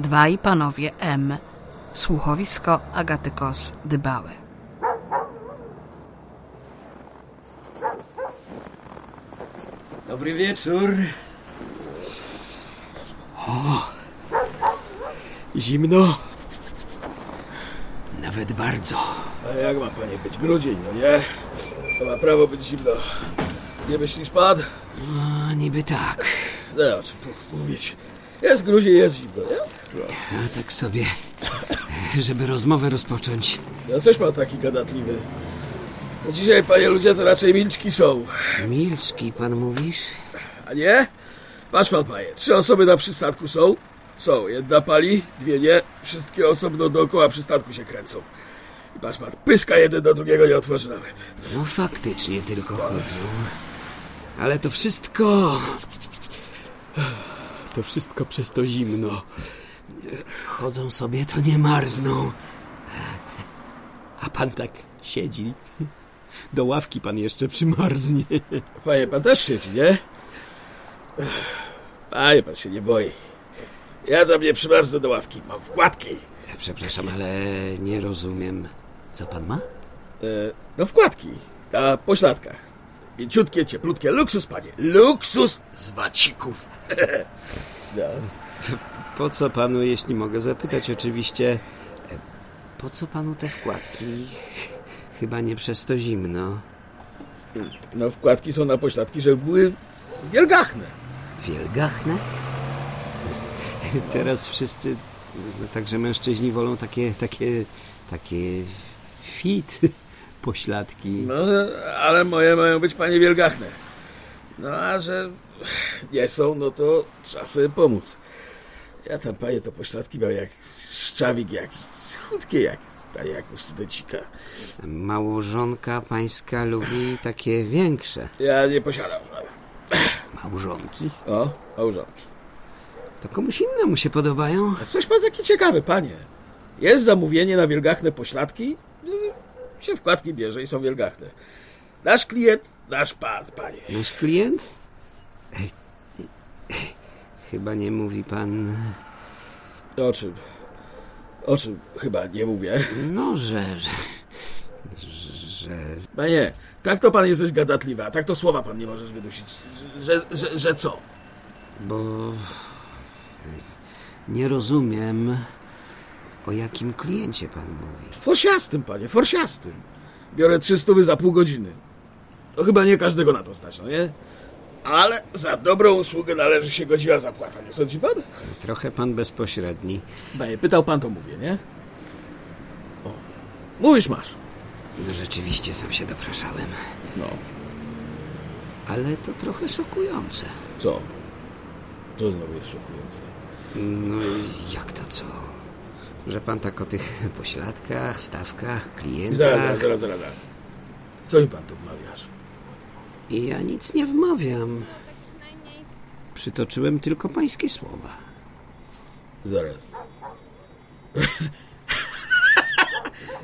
Dwaj panowie M. Słuchowisko Agaty Kos Dybały. Dobry wieczór. Zimno? Nawet bardzo. A jak ma panie być? Grudzień, no nie? To ma prawo być zimno. Nie myślisz pan? A, niby tak. No, o czym tu mówić? Jest grudzień, jest zimno, nie? No, Ja tak sobie, żeby rozmowę rozpocząć. No coś pan taki gadatliwy. No dzisiaj, panie ludzie, to raczej milczki są. Milczki, pan mówisz? A nie? Patrz pan, panie, trzy osoby na przystanku są. Są, jedna pali, dwie nie. Wszystkie osobno dookoła przystanku się kręcą. I patrz pan, pyska jeden do drugiego nie otworzy nawet. No faktycznie tylko chodzą. Ale to wszystko... To wszystko przez to zimno. Chodzą sobie, to nie marzną. A pan tak siedzi. Do ławki pan jeszcze przymarznie. Panie, pan też siedzi, nie? Ech, Panie, pan się nie boi. Ja tam nie przymarznę do ławki, mam wkładki. E, Przepraszam, ale nie rozumiem. Co pan ma? E, no wkładki, na pośladkach. Mięciutkie, cieplutkie, luksus, panie. Luksus z wacików. no. Po co panu, jeśli mogę zapytać, oczywiście. E, Po co panu te wkładki? Chyba nie przez to zimno. no, wkładki są na pośladki, żeby były wielgachne. Wielgachne? Teraz wszyscy, no, także mężczyźni wolą takie, takie, takie fit pośladki. No, ale moje mają być, panie, wielgachne. No, a że nie są, no to trzeba sobie pomóc. Ja tam, panie, to pośladki miał jak szczawik jakiś, chudkie jak, panie, jak u studencika. Małżonka pańska lubi takie większe. Ja nie posiadam żadnych. Małżonki? O, małżonki. To komuś innemu się podobają. A coś pan taki ciekawy, panie. Jest zamówienie na wielgachne pośladki, no, się wkładki bierze i są wielgachne. Nasz klient, nasz pan, panie. Nasz klient? Chyba nie mówi pan. O czym? O czym chyba nie mówię. No, że. że, że Panie, tak to pan jesteś gadatliwy, a tak to słowa pan nie możesz wydusić. Że, że, że, że co? bo. Nie rozumiem, o jakim kliencie pan mówi. Forsiastym, panie, forsiastym. Biorę trzy stówy za pół godziny. To chyba nie każdego na to stać, no nie? Ale za dobrą usługę należy się godziwa zapłata, nie sądzi pan? Trochę pan bezpośredni. Baje, pytał pan, to mówię, nie? O, mówisz masz. No, rzeczywiście sam się dopraszałem. No, Ale to trochę szokujące. co? To znowu jest szokujące. No i jak to co? Że pan tak o tych pośladkach, stawkach, Zaraz, zaraz, klientach. zaraz, zaraz. zaraz. Co mi pan tu wmawiasz? I ja nic nie wmawiam. Przytoczyłem tylko pańskie słowa. Zaraz.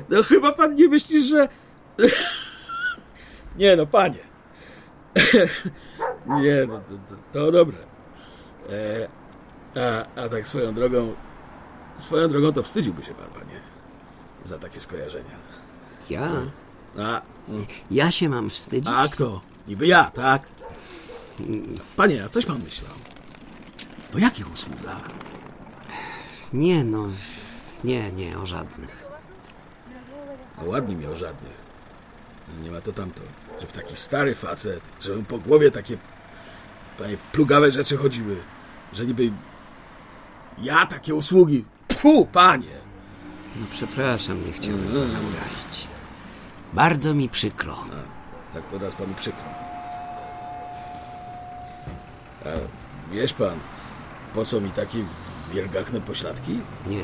No chyba pan nie myśli, że... Nie no, panie. Nie no, to, to, to dobre. E, a, a tak swoją drogą... Swoją drogą to wstydziłby się pan, panie. Za takie skojarzenia. Ja? A, Ja się mam wstydzić? a kto? Niby ja, tak? Panie, a coś pan myślał? O jakich usługach? Nie no, nie, nie, o żadnych. No ładnie miał żadnych. Nie ma to tamto. Żeby taki stary facet, żeby mu po głowie takie panie plugawe rzeczy chodziły. Że niby ja takie usługi. Pu, panie! No przepraszam, nie chciałem No, pana urazić. Bardzo mi przykro. Tak to raz panu przykro. A wiesz pan, po co mi takie wielgachne pośladki? Nie.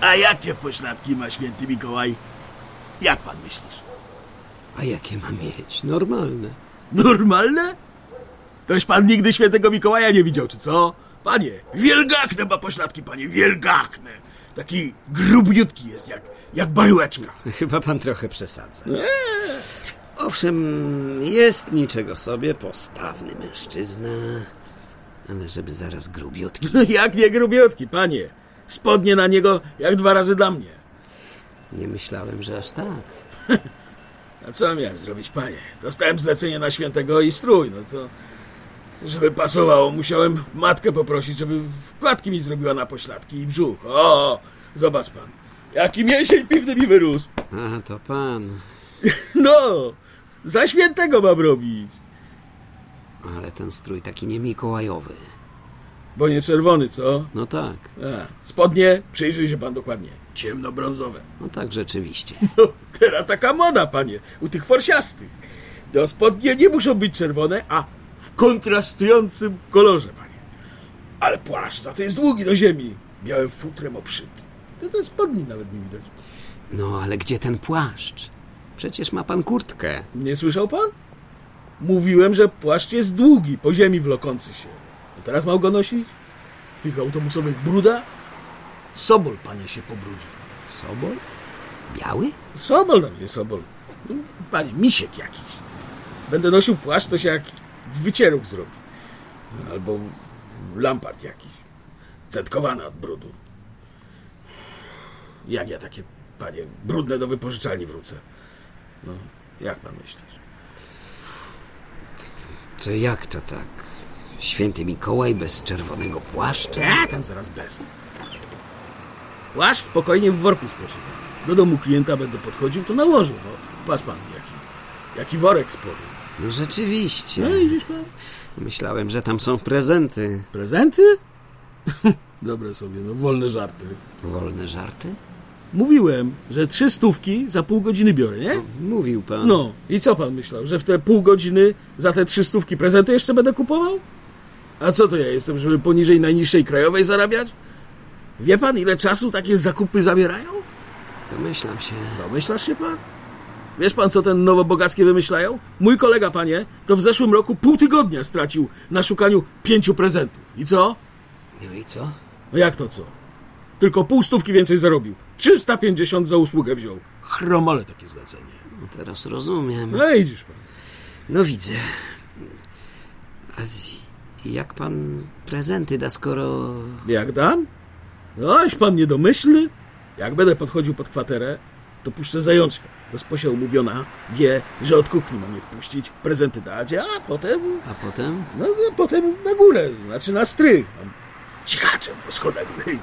A jakie pośladki ma święty Mikołaj? Jak pan myślisz? A jakie mam mieć? Normalne. Normalne? Toś pan nigdy świętego Mikołaja nie widział, czy co? Panie, wielgachne ma pośladki, panie, wielgachne. Taki grubniutki jest, jak, jak baryłeczka. Chyba pan trochę przesadza. Owszem, jest niczego sobie postawny mężczyzna. Ale żeby zaraz grubiutki. No jak nie grubiotki, panie. Spodnie na niego jak dwa razy dla mnie. Nie myślałem, że aż tak. A co miałem zrobić, panie? Dostałem zlecenie na świętego i strój, no to... Żeby pasowało, musiałem matkę poprosić, żeby wkładki mi zrobiła na pośladki i brzuch. O, zobacz pan, jaki mięsień piwny mi wyrósł. A, to pan. No, za świętego mam robić. Ale ten strój taki nie mikołajowy. Bo nie czerwony, co? No tak, A, spodnie, przyjrzyj się pan dokładnie. Ciemnobrązowe. no tak rzeczywiście. No, teraz taka moda, panie, u tych forsiastych. Do spodnie nie muszą być czerwone, a w kontrastującym kolorze, panie. Ale płaszcz za to jest długi do ziemi. Białym futrem obszyty. To, to spodni nawet nie widać. No ale gdzie ten płaszcz? Przecież ma pan kurtkę. Nie słyszał pan? Mówiłem, że płaszcz jest długi, po ziemi wlokący się. A teraz mał go nosić? W tych autobusowych brudach? Sobol, panie, się pobrudzi. Sobol? Biały? Sobol na mnie, Sobol. No, Panie, misiek jakiś. Będę nosił płaszcz, to się jak wycieruch zrobi. Albo lampart jakiś. Cetkowany od brudu. Jak ja takie, panie, brudne do wypożyczalni wrócę? No, jak pan myślisz? To jak to tak? Święty Mikołaj bez czerwonego płaszcza? Ja tam zaraz bez. Płaszcz spokojnie w worku spoczywa. Do domu klienta będę podchodził, to nałożył. No, patrz pan, jaki, jaki worek spory. No rzeczywiście. No i widzisz pan? Myślałem, że tam są prezenty. Prezenty? Dobre sobie, no wolne żarty. Wolne żarty? Mówiłem, że trzy stówki za pół godziny biorę, nie? Mówił pan. No, i co pan myślał, że w te pół godziny za te trzy stówki prezenty jeszcze będę kupował? A co to ja jestem, żeby poniżej najniższej krajowej zarabiać? Wie pan, ile czasu takie zakupy zabierają? Domyślam się. Domyślasz się pan? Wiesz pan, co ten nowobogackie wymyślają? Mój kolega, panie, to w zeszłym roku pół tygodnia stracił na szukaniu pięciu prezentów. I co? No i co? No jak to co? Tylko pół stówki więcej zarobił. 350 za usługę wziął. Chromole takie zlecenie. No teraz rozumiem. No idziesz pan. No widzę. A z... jak pan prezenty da, skoro... Jak dam? Noś pan niedomyślny. Jak będę podchodził pod kwaterę, to puszczę zajączka. Gosposia umówiona wie, że od kuchni ma mnie wpuścić, prezenty dać, a potem... A potem? No, no potem na górę, znaczy na strych. Mam cichaczem po schodach wyjść.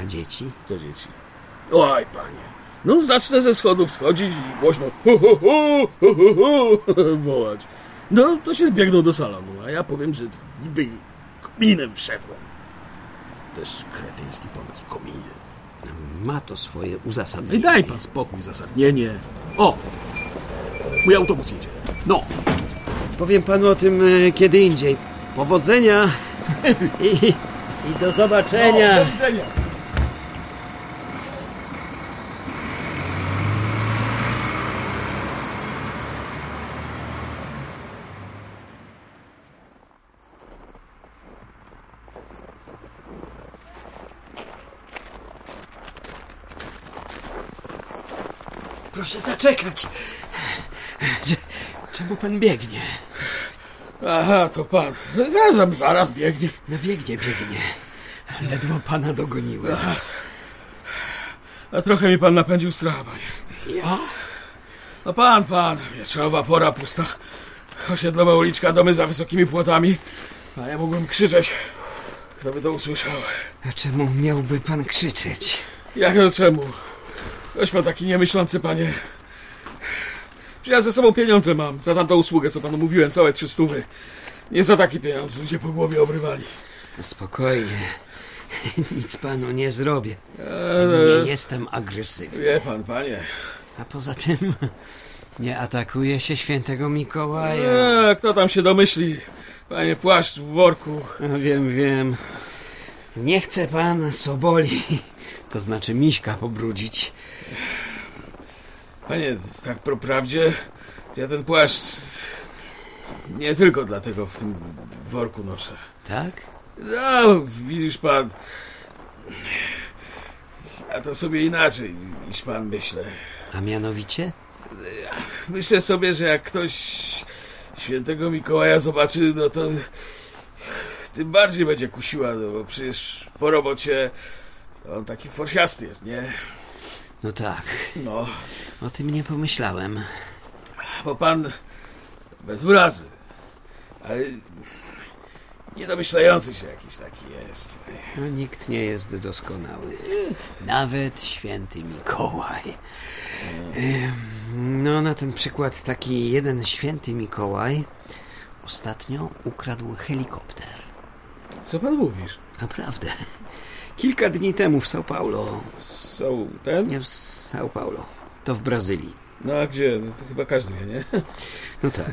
A dzieci? Co dzieci? Oj, panie. No, zacznę ze schodów schodzić i głośno hu, hu, hu, hu, hu, hu, wołać. No, to się zbiegną do salonu, a ja powiem, że niby kominem wszedłem. Też kretyński pomysł, kominie. No, Ma to swoje uzasadnienie. No I daj pan spokój, zasadnienie. O! Mój autobus jedzie. No! Powiem panu o tym e, kiedy indziej. Powodzenia i, i do zobaczenia. widzenia! Proszę zaczekać. Cze- Czemu pan biegnie? Aha, to pan. Zaraz, zaraz biegnie. No biegnie, biegnie. Ledwo pana dogoniłem. A trochę mi pan napędził strach, panie. Ja? No pan, pan, wieczorowa pora pusta. Osiedlowa uliczka, domy za wysokimi płotami. A ja mógłbym krzyczeć. Kto by to usłyszał? A czemu miałby pan krzyczeć? Jak to czemu? Ktoś pan taki niemyślący, panie. Czy ja ze sobą pieniądze mam za tamtą usługę, co panu mówiłem, całe trzy stówy. Nie za taki pieniądz ludzie po głowie obrywali. Spokojnie. Nic panu nie zrobię. Nie jestem agresywny. Wie pan, panie. A poza tym nie atakuje się świętego Mikołaja. E, kto tam się domyśli? Panie, płaszcz w worku. No, Wiem, wiem. Nie chce pan Soboli, to znaczy Miśka pobrudzić. Panie, tak po prawdzie, to ja ten płaszcz nie tylko dlatego w tym worku noszę. Tak? No, widzisz pan, ja to sobie inaczej niż pan myślę. A mianowicie? Myślę sobie, że jak ktoś świętego Mikołaja zobaczy, no to tym bardziej będzie kusiła, no bo przecież po robocie to on taki forsiasty jest, nie? No tak, No, o tym nie pomyślałem. bo pan bez urazy, ale niedomyślający się jakiś taki jest. No, nikt nie jest doskonały. Nawet święty Mikołaj. Ym, No, na ten przykład taki jeden święty Mikołaj ostatnio ukradł helikopter. Co pan mówisz? Naprawdę. Kilka dni temu w São Paulo. Są ten? Nie w São Paulo. To w Brazylii. No a gdzie? No, to chyba każdy wie, nie? No tak.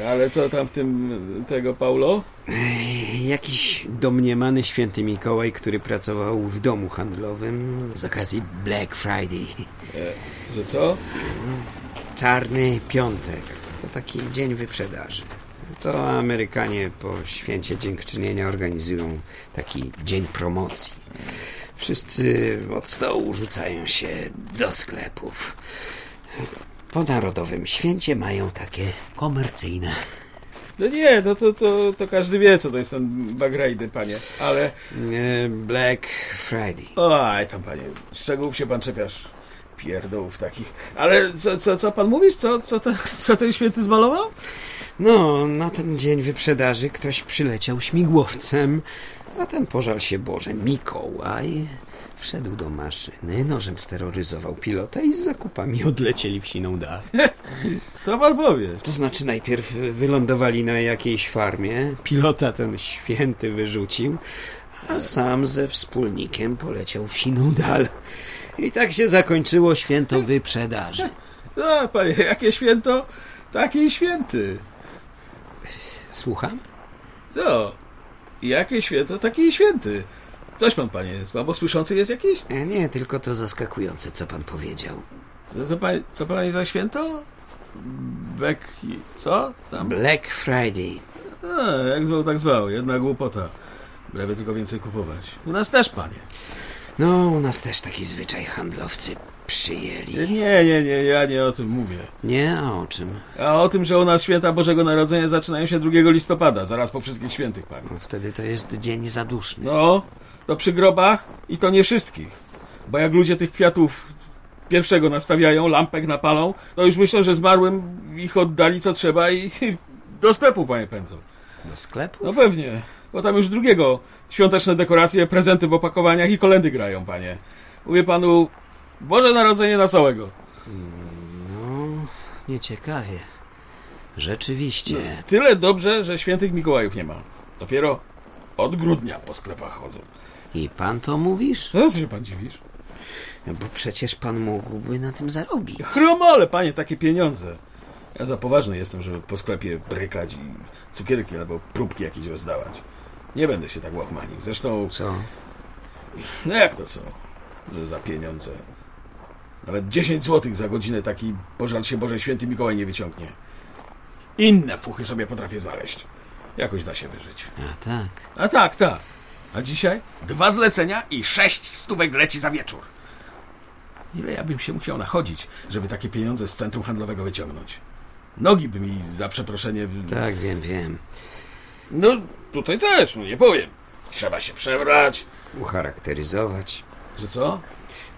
Ale co tam w tym tego Paulo? Jakiś domniemany święty Mikołaj, który pracował w domu handlowym z okazji Black Friday. Że co? Czarny piątek. To taki dzień wyprzedaży. To Amerykanie po święcie dziękczynienia organizują taki dzień promocji. Wszyscy od stołu rzucają się do sklepów. Po narodowym święcie mają takie komercyjne. No nie, no to, to, to każdy wie, co to jest ten bagrajdy, panie. Ale, e, Black Friday. oj tam, panie, szczegółów się pan czepiasz. Pierdołów takich. Ale co, co, co pan mówisz? Co, co, ten, co ten święty zmalował? No, na ten dzień wyprzedaży ktoś przyleciał śmigłowcem, a ten pożal się Boże, Mikołaj wszedł do maszyny, nożem steroryzował pilota i z zakupami odlecieli w siną dach. Co pan powie? To znaczy najpierw wylądowali na jakiejś farmie, pilota ten święty wyrzucił, a sam ze wspólnikiem poleciał w siną dal. I tak się zakończyło święto wyprzedaży. No, panie, jakie święto, takie i święty. Słucham? No, jakie święto, takie i święty. Coś pan, panie, słabo słyszący jest jakiś? E, Nie, tylko to zaskakujące, co pan powiedział. Co, co, pan, co panie za święto? Bek... co? Tam? Black Friday. A, jak zwał, tak zwał. Jedna głupota. Byleby tylko więcej kupować. U nas też, panie. No, u nas też taki zwyczaj handlowcy przyjęli. Nie, nie, nie, ja nie o tym mówię. Nie, a o czym? A o tym, że u nas święta Bożego Narodzenia zaczynają się 2 listopada, zaraz po wszystkich świętych, panie. No, wtedy to jest dzień zaduszny. No, to przy grobach i to nie wszystkich. Bo jak ludzie tych kwiatów pierwszego nastawiają, lampek napalą, to już myślą, że zmarłym ich oddali co trzeba i do sklepu, panie pędzą. Do sklepu? No pewnie, bo tam już drugiego świąteczne dekoracje, prezenty w opakowaniach i kolendy grają, panie. Mówię panu, Boże Narodzenie na całego. No, nieciekawie. Rzeczywiście. Tyle dobrze, że świętych Mikołajów nie ma. Dopiero od grudnia po sklepach chodzą. I pan to mówisz? No, No co się pan dziwisz? Bo przecież pan mógłby na tym zarobić. Chromole, panie, takie pieniądze. Ja za poważny jestem, żeby po sklepie brykać i cukierki albo próbki jakieś rozdawać. Nie będę się tak łachmanił. Zresztą, Co? no jak to co? Że Za pieniądze. Nawet 10 zł za godzinę taki pożal się Boże Święty Mikołaj nie wyciągnie. Inne fuchy sobie potrafię znaleźć. Jakoś da się wyżyć. A tak. A tak, tak. A dzisiaj? Dwa zlecenia i sześć stówek leci za wieczór. Ile ja bym się musiał nachodzić, żeby takie pieniądze z centrum handlowego wyciągnąć? Nogi by mi za przeproszenie... Tak, wiem, wiem. No, tutaj też, no nie powiem. Trzeba się przebrać. Ucharakteryzować. Że co?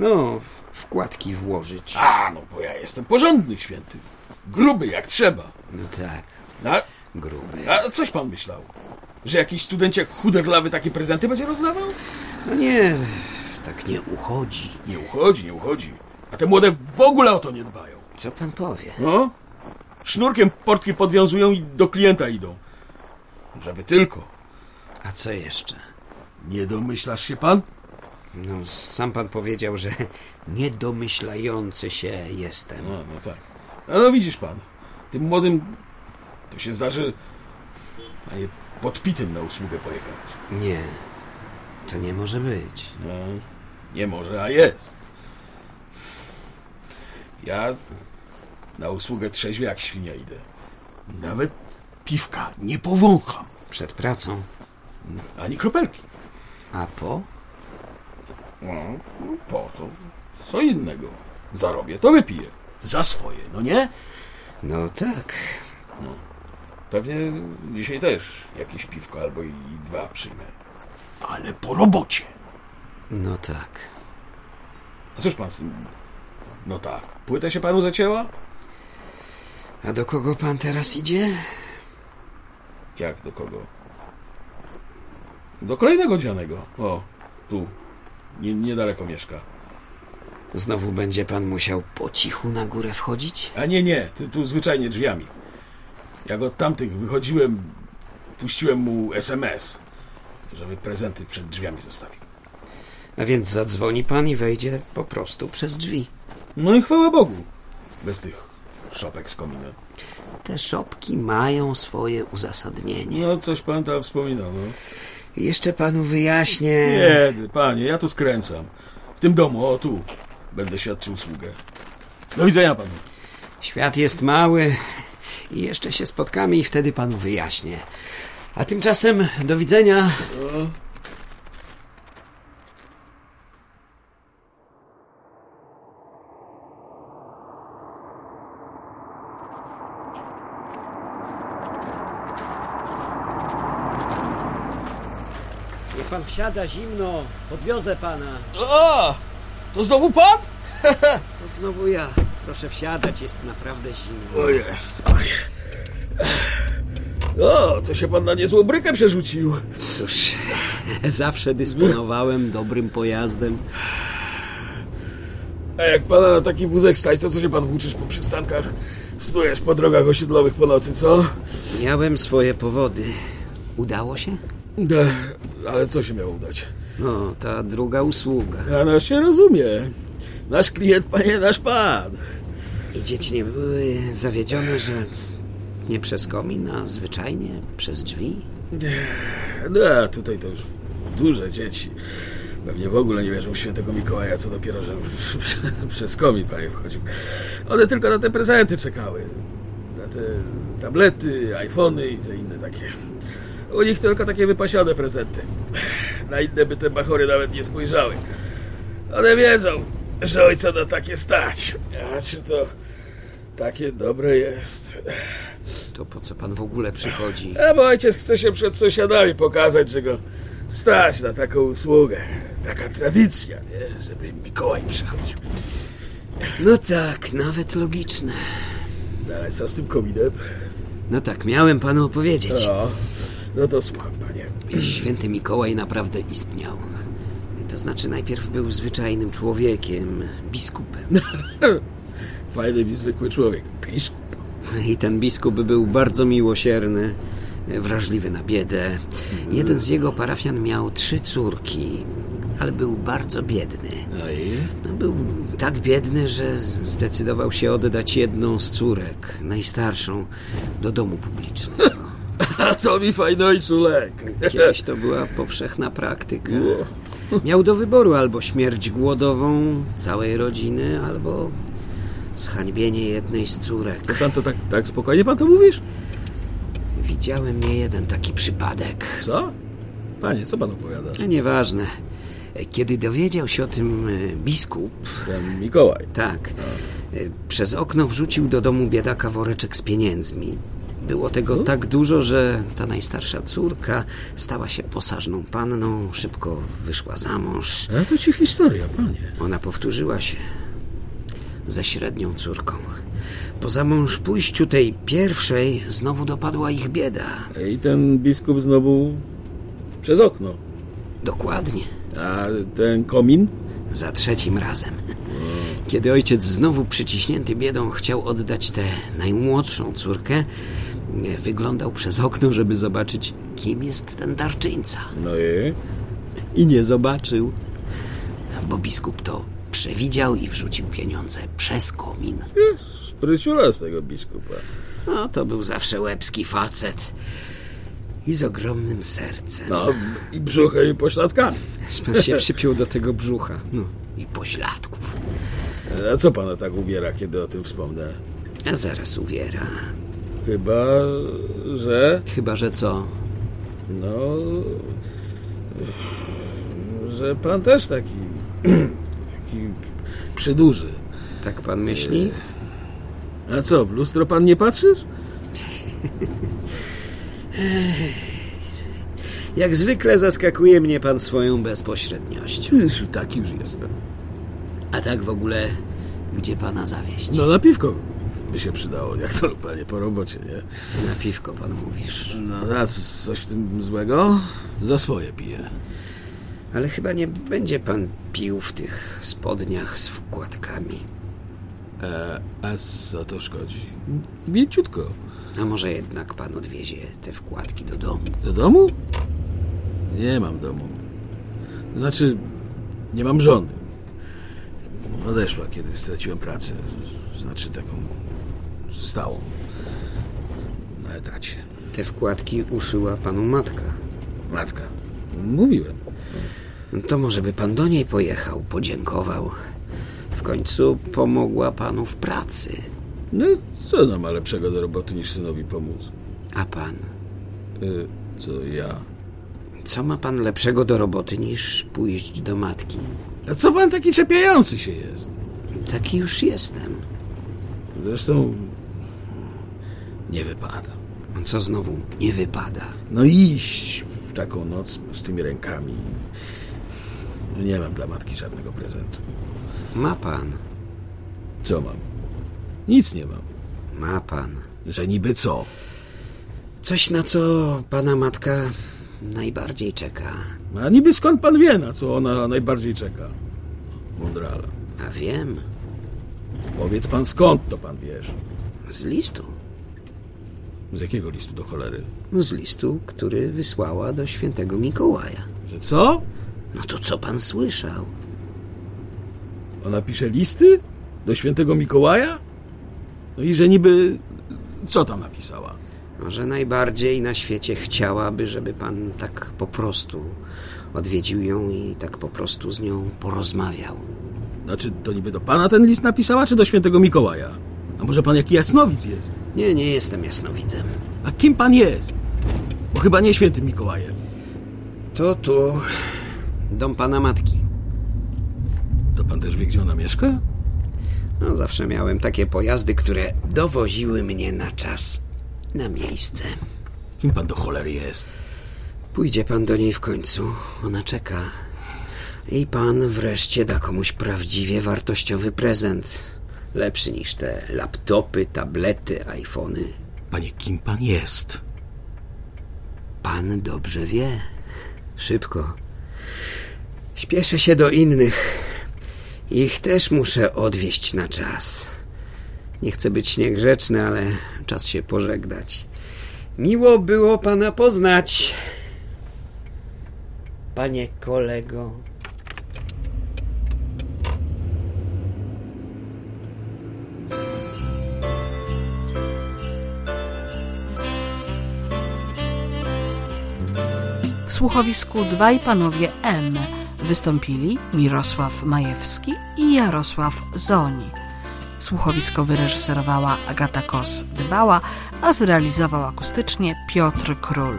No, w- wkładki włożyć. A, no bo ja jestem porządny święty. Gruby jak trzeba. No tak, No, A, gruby. a coś pan myślał? Że jakiś studenciak chuderlawy takie prezenty będzie rozdawał? No nie, tak nie uchodzi. Nie uchodzi, nie uchodzi. A te młode w ogóle o to nie dbają. Co pan powie? No? Sznurkiem portki podwiązują i do klienta idą. Żeby tylko. A co jeszcze? Nie domyślasz się pan? No, sam pan powiedział, że niedomyślający się jestem. No, no tak. A no widzisz pan, tym młodym to się zdarzy, panie, podpitym na usługę pojechać. Nie, to nie może być. No, nie może, a jest. Ja na usługę trzeźwie jak świnia idę. Nawet piwka nie powącham, Przed pracą. ani kropelki. A po? No, po to co innego. no Zarobię, to wypiję. Za swoje, no nie? No tak. Pewnie dzisiaj też jakieś piwko albo i dwa przyjmę. Ale po robocie. No tak. A cóż pan z tym? No tak. Płyta się panu zacięła? A do kogo pan teraz idzie? Jak do kogo? Do kolejnego dzianego. O, tu. Nie, niedaleko mieszka. Znowu będzie pan musiał po cichu na górę wchodzić? A nie, nie, tu, tu zwyczajnie drzwiami. Jak od tamtych wychodziłem, puściłem mu SMS, żeby prezenty przed drzwiami zostawił. A więc zadzwoni pan i wejdzie po prostu przez drzwi. No i chwała Bogu. Bez tych szopek z komina. Te szopki mają swoje uzasadnienie. No, coś pan tam wspominał, no. Jeszcze panu wyjaśnię. Nie, panie, ja tu skręcam. W tym domu, o tu, będę świadczył usługę. Do widzenia panu. Świat jest mały i jeszcze się spotkamy i wtedy panu wyjaśnię. A tymczasem do widzenia. Niech pan wsiada zimno, podwiozę pana. O! To znowu pan? To No znowu ja. Proszę wsiadać, jest naprawdę zimno. O jest, panie. O, to się pan na niezłą brykę przerzucił. Cóż, zawsze dysponowałem dobrym pojazdem. A jak pana na taki wózek stać, to co się pan włóczysz po przystankach? Snujesz po drogach osiedlowych po nocy, co? Miałem swoje powody. Udało się? De, ale co się miało udać? No, ta druga usługa. Rano no, się rozumie. Nasz klient, panie, nasz pan. I dzieci nie były zawiedzione, że nie przez komin, a zwyczajnie przez drzwi. No, a tutaj to już duże dzieci. Pewnie w ogóle nie wierzą w świętego Mikołaja, co dopiero, że przez komin panie wchodził. One tylko na te prezenty czekały. Na te tablety, iPhony i te inne takie. U nich tylko takie wypasione prezenty. Na inne by te bachory nawet nie spojrzały. One wiedzą, że ojca na takie stać. A czy to takie dobre jest? To po co pan w ogóle przychodzi? A bo ojciec chce się przed sąsiadami pokazać, że go stać na taką usługę. Taka tradycja, nie? żeby Mikołaj przychodził. No tak, nawet logiczne. No ale co z tym kominem? No tak, miałem panu opowiedzieć. No, no to słucham, panie. Święty Mikołaj naprawdę istniał. To znaczy, najpierw był zwyczajnym człowiekiem, biskupem. Fajny mi zwykły człowiek. Biskup. I ten biskup był bardzo miłosierny, wrażliwy na biedę. Jeden z jego parafian miał trzy córki, ale był bardzo biedny. No i? No, Był tak biedny, że z- zdecydował się oddać jedną z córek, najstarszą, do domu publicznego. A to mi fajny ojcu lek. Kiedyś to była powszechna praktyka. Miał do wyboru albo śmierć głodową całej rodziny, albo zhańbienie jednej z córek. Pan to tak, tak spokojnie pan to mówisz? Widziałem nie jeden taki przypadek. Co? Panie, co pan opowiada? A nieważne. Kiedy dowiedział się o tym e, biskup, Ten Mikołaj. tak, e, przez okno wrzucił do domu biedaka woreczek z pieniędzmi. Było tego tak dużo, że ta najstarsza córka stała się posażną panną, szybko wyszła za mąż. A to ci historia, panie. Ona powtórzyła się ze średnią córką. Po zamąż pójściu tej pierwszej znowu dopadła ich bieda. I ten biskup znowu przez okno. Dokładnie. A ten komin? Za trzecim razem. Kiedy ojciec znowu przyciśnięty biedą chciał oddać tę najmłodszą córkę, e, wyglądał przez okno, żeby zobaczyć, kim jest ten darczyńca. No i? I nie zobaczył, bo biskup to przewidział i wrzucił pieniądze przez komin. Spryciula z tego biskupa. No, to był zawsze łebski facet. I z ogromnym sercem. No, i brzuchem, i pośladkami. Pan się przypiął do tego brzucha. No. I pośladków. A co pana tak ubiera, kiedy o tym wspomnę? A zaraz uwiera. Chyba, że... Chyba, że co? No... Że pan też taki... taki przyduży. Tak pan myśli? A co, w lustro pan nie patrzysz? Jak zwykle zaskakuje mnie pan swoją bezpośredniością. Czyż taki już jestem. A tak w ogóle, gdzie pana zawieść? No na piwko by się przydało, jak to panie po robocie, nie? Na piwko pan mówisz. No a co- coś w tym złego? Za swoje piję. Ale chyba nie będzie pan pił w tych spodniach z wkładkami. E, a co to szkodzi? Mięciutko. A może jednak pan odwiezie te wkładki do domu? Do domu? Nie mam domu. Znaczy, nie mam żony. Odeszła, kiedy straciłem pracę. Znaczy taką stałą. Na etacie. Te wkładki uszyła panu matka. Matka. Mówiłem. No To może by pan do niej pojechał, podziękował. W końcu pomogła panu w pracy. No co ona ma lepszego do roboty niż synowi pomóc? A pan? Y, co ja? Co ma pan lepszego do roboty niż pójść do matki? A co pan taki czepiający się jest? Taki już jestem. Zresztą nie wypada. Co znowu nie wypada? No iść w taką noc z tymi rękami. No Nie mam dla matki żadnego prezentu. Ma pan, Co mam? Nic nie mam. ma pan. Że niby co? Coś na co pana matka najbardziej czeka. A niby skąd pan wie, na co ona najbardziej czeka? Mądrala. A wiem, Powiedz pan skąd to pan wiesz? z listu. Z jakiego listu do cholery? Z listu, który wysłała do świętego Mikołaja. Że co? No to co pan słyszał? Ona pisze listy? Do świętego Mikołaja? No i że niby... Co tam napisała? Może najbardziej na świecie chciałaby, żeby pan tak po prostu odwiedził ją i tak po prostu z nią porozmawiał. Znaczy, to niby do pana ten list napisała, czy do świętego Mikołaja? A może pan jaki jasnowic jest? Nie, nie jestem jasnowidzem. A kim pan jest? Bo chyba nie świętym Mikołajem. To tu dom pana matki. To pan też wie, gdzie ona mieszka? No, zawsze miałem takie pojazdy, które dowoziły mnie na czas, na miejsce. Kim pan do cholery jest? Pójdzie pan do niej w końcu. Ona czeka. I pan wreszcie da komuś prawdziwie wartościowy prezent. Lepszy niż te laptopy, tablety, iPhony. Panie, kim pan jest? Pan dobrze wie. Szybko. Śpieszę się do innych. Ich też muszę odwieźć na czas. Nie chcę być niegrzeczny, ale czas się pożegnać. Miło było pana poznać. Panie kolego. W słuchowisku dwaj panowie M wystąpili Mirosław Majewski i Jarosław Zoni. Słuchowisko wyreżyserowała Agata Kos-Dybała, a zrealizował akustycznie Piotr Król.